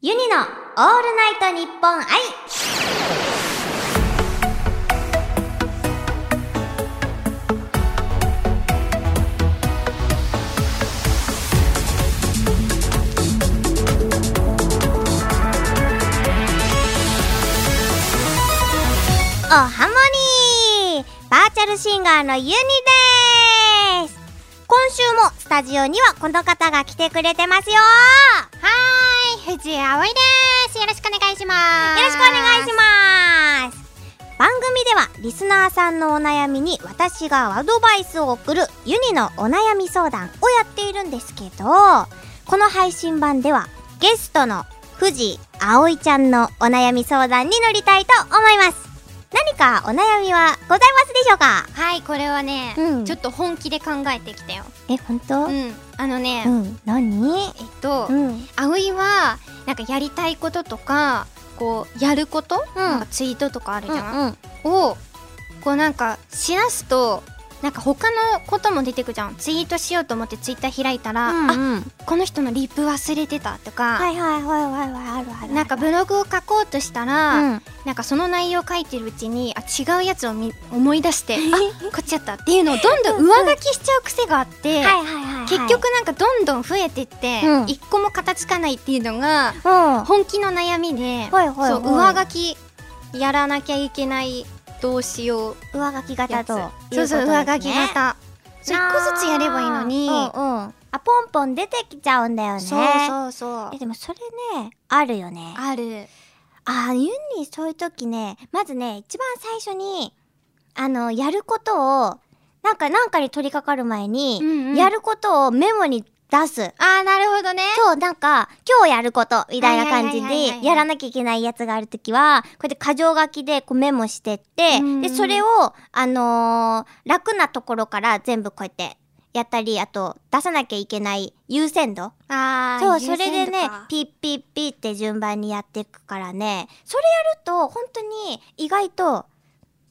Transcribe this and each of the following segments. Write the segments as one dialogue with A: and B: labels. A: ユニのオールナイトニッポン愛おハモニーバーチャルシンガーのユニです今週もスタジオにはこの方が来てくれてますよ
B: はーい、藤井葵です。よろしくお願いします。
A: よろしくお願いします番組ではリスナーさんのお悩みに私がアドバイスを送るユニのお悩み相談をやっているんですけどこの配信版ではゲストの藤井葵ちゃんのお悩み相談に乗りたいと思います何かお悩みはございますでしょうか
B: す。はい、これはね、
A: うん
B: ちょっと本気で考えてきたよ。
A: え本当
B: うん、あのね、
A: うん何
B: えっと、
A: うん
B: 葵はなんかやりたいこととか、こうやること、
A: うん
B: なんかツイートとかあるじゃん。
A: うん
B: をこうなんかしだすと。なんか他のことも出てくじゃんツイートしようと思ってツイッター開いたら、あ
A: あ
B: この人のリプ忘れてたとか、
A: はいはいはいはいはいあるある
B: なんかブログを書こうとした
A: う
B: ら、
A: ん
B: なんかその内容を書いてるうちにあ違うやつを見思い出してあこっちやったっていうのをど んどん上書きしちゃう癖があっ
A: は
B: て、
A: いはいはいはい
B: 結局なんかどんどん増えてって、
A: うん
B: 一個も片付かないっていうのが
A: うんは
B: 本気の悩みで、
A: いはいはい
B: そう上書きやらなきゃいけないどうしよう
A: 上書き
B: や
A: 型
B: つ
A: ということ
B: そうそう上書き
A: ですね
B: 型そう一個ずつやればいいのに、
A: あーうんうんあポンポン出てきちゃうんだよね
B: そうそうそう
A: えでもそれねあるよね
B: ある
A: あーユニそういう時ねまずね一番最初にあのやることをなんかなんかに取り掛かる前に、
B: うんうん
A: やることをメモに出す
B: あーなるほどね
A: そう、なんか、今日やること、みたいな感じ
B: はいはいはいはいは
A: で、
B: い
A: やらなきゃいけないやつがあるときは、こうやって過剰書きでこうメモしてって
B: うん、
A: で、それを、あのー楽なところから全部こうやって、やったり、あと、出さなきゃいけない優先度。
B: あ
A: そう、
B: ー
A: それで
B: 優先
A: ね
B: 度か、
A: ピッピッピッって順番にやっていくからね、それやると、本当に意外と、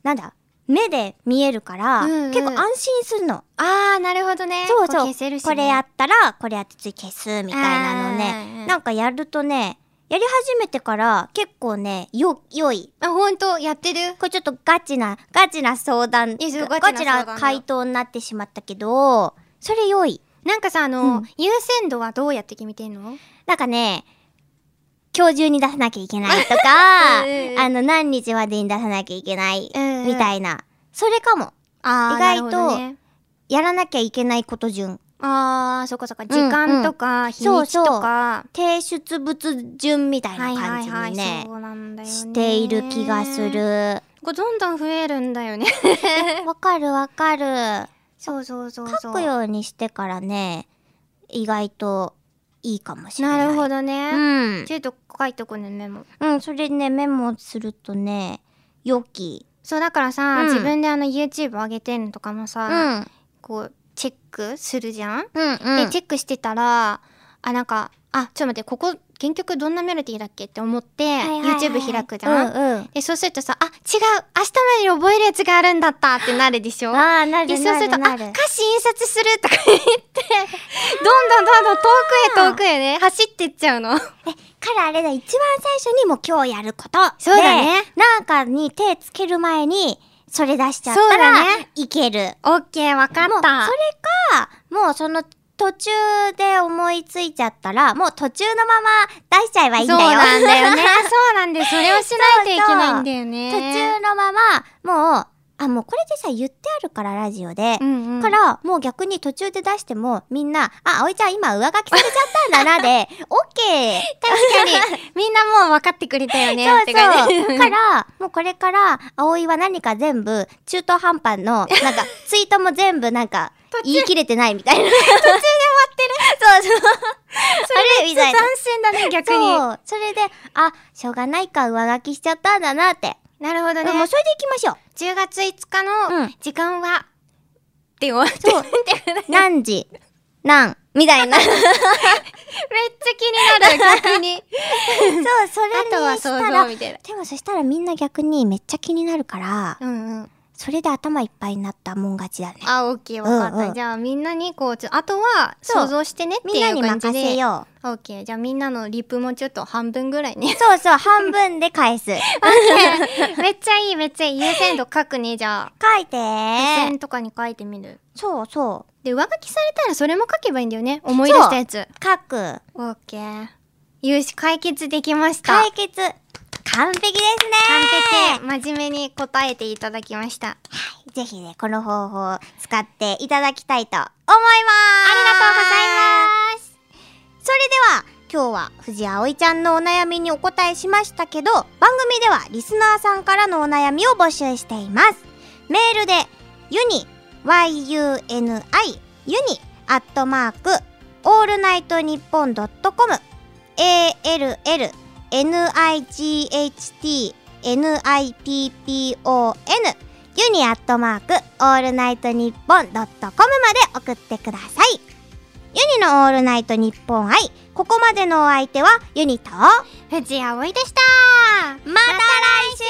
A: なんだ、目で見えるから、
B: うんうん
A: 結構安心するの。
B: あーなるほどね
A: そうそう
B: 消せるしね
A: これやったら、これやって次消す、みたいなのね。
B: ね
A: なんかやるとね、やり始めてから結構ね、よ、良い。
B: あ本当やってる
A: これちょっとガチな、ガチな相談。
B: いやそう
A: ガ
B: ガ
A: チ
B: チな相談だ
A: な回答になってしまったけど、それ良い。
B: なんかさあの、
A: うん
B: 優先度はどうやって決めてんの
A: なんかね、今日中に出さなきゃいけないとか、
B: うんうんうん
A: あの、何日までに出さなきゃいけない、
B: うんうん
A: みたいな。それかも。意
B: あー
A: 外と
B: なるほどね
A: やらなきゃいけないこと順。
B: あーそっかそっか時間とか、日にちとか
A: 提出物順みたいな感じ
B: はい
A: にね、
B: そうなんだよね
A: している気がする。
B: こうどんどん増えるんだ よね
A: わかるわかる。
B: そうそうそうそ
A: 書
B: う
A: くようにしてからね意外といいかもしれない
B: なるほ
A: ど
B: どね、
A: うん、
B: ちょっと書いとこうねメモ
A: うん、それねメモするとね良き
B: そうだからさ、
A: うん
B: 自分であの YouTube 上げてるのとかも
A: う
B: さ、
A: ん
B: こうチェックするじゃん
A: うん
B: でチェックしてたらあなんかあちょっと待ってここ原曲どんなメロディーだっけって思って、YouTube 開くじゃん、
A: うんうん
B: でそうするとさあ違う明日までに覚えるやつがあるんだったってなるでしょ
A: ああな
B: で
A: る
B: そう
A: な
B: する
A: る
B: とあ
A: な
B: 歌
A: る
B: 詞印刷するとか言ってどんどんどんどん遠くへ遠くへね走ってっち ゃうの
A: からあれだ一番最初にもう今日やること
B: そうだね
A: でなんかに手つける前にそれ出しちゃった
B: そう
A: ら、
B: だね
A: いける
B: オッケーわかっ
A: もうそれ
B: た
A: かもうその途中で思いついちゃったらもう途中のまま出しちゃえばいいんだよ
B: そうなんだ よねそうなんでそれをしないといけないんだよね
A: 途中のままもうあもうこれでさ言ってあるからラジオで、
B: うんうん
A: からもう逆に途中で出してもみんな「あ葵ちゃん今上書きされちゃったんだな」で「オッケー
B: 確かにみんなもう分かってくれたよね
A: そう
B: って感じ
A: そうからもうこれから葵は何か全部中途半端のなんか ツイートも全部なんか言い切れてないみたいな途中で終わってるそうそうあれみたいな
B: 斬新だね逆に
A: そうそれであしょうがないか上書きしちゃったんだなって、
B: なるほどね
A: もうそれでいきましょう
B: 10月5日
A: う
B: の
A: ん
B: 時間はって終わってるっていうね
A: 何時、何、みたい な。そう、
B: めっちゃ気になる逆 に
A: それ
B: あとは
A: にし
B: 想
A: た
B: 像
A: ら、
B: みたいな
A: でもそしたらみんな逆にめっちゃ気になるから、
B: うんうん
A: それで頭いっぱいになったもん勝ちだね
B: あ、オッケー、わかった。
A: うんうん
B: じゃあみんなにこう、ちょあとは
A: そう
B: 想像してねって
A: みんな
B: いう
A: に
B: 感じ
A: 任
B: で。
A: せよ
B: オッケー、じゃあみんなのリップもちょっと半分ぐらい うね。
A: そうそう半分で返す
B: めっちゃいい、めっちゃいい。優先度書くね、じゃあ。
A: 書い
B: 優
A: て
B: 先とかに書いてみる。
A: そうそ
B: で、上書きされたらそれも書けばいいんだよね。思い出したやつ。
A: う書く
B: オッケー。よし、解決できました。
A: 解決完璧ですね
B: 完璧。真面目に答えていただきました。
A: ぜひね、この方法を使っていただきたいと思いますありがとうございますそれでは、今日は藤葵ちゃんのお悩みにお答えしましたけど、番組ではリスナーさんからのお悩みを募集しています。メールで、ユニ、yuni, ユニ、アットマーク、オールナイトニッポンドットコム、all, night, nippon, ユニアットマークオールナイトニッポンドットコムまで送ってくださいユニのオールナイトニッポン愛ここまでのお相手はユニとま
B: 藤葵でした
A: た来週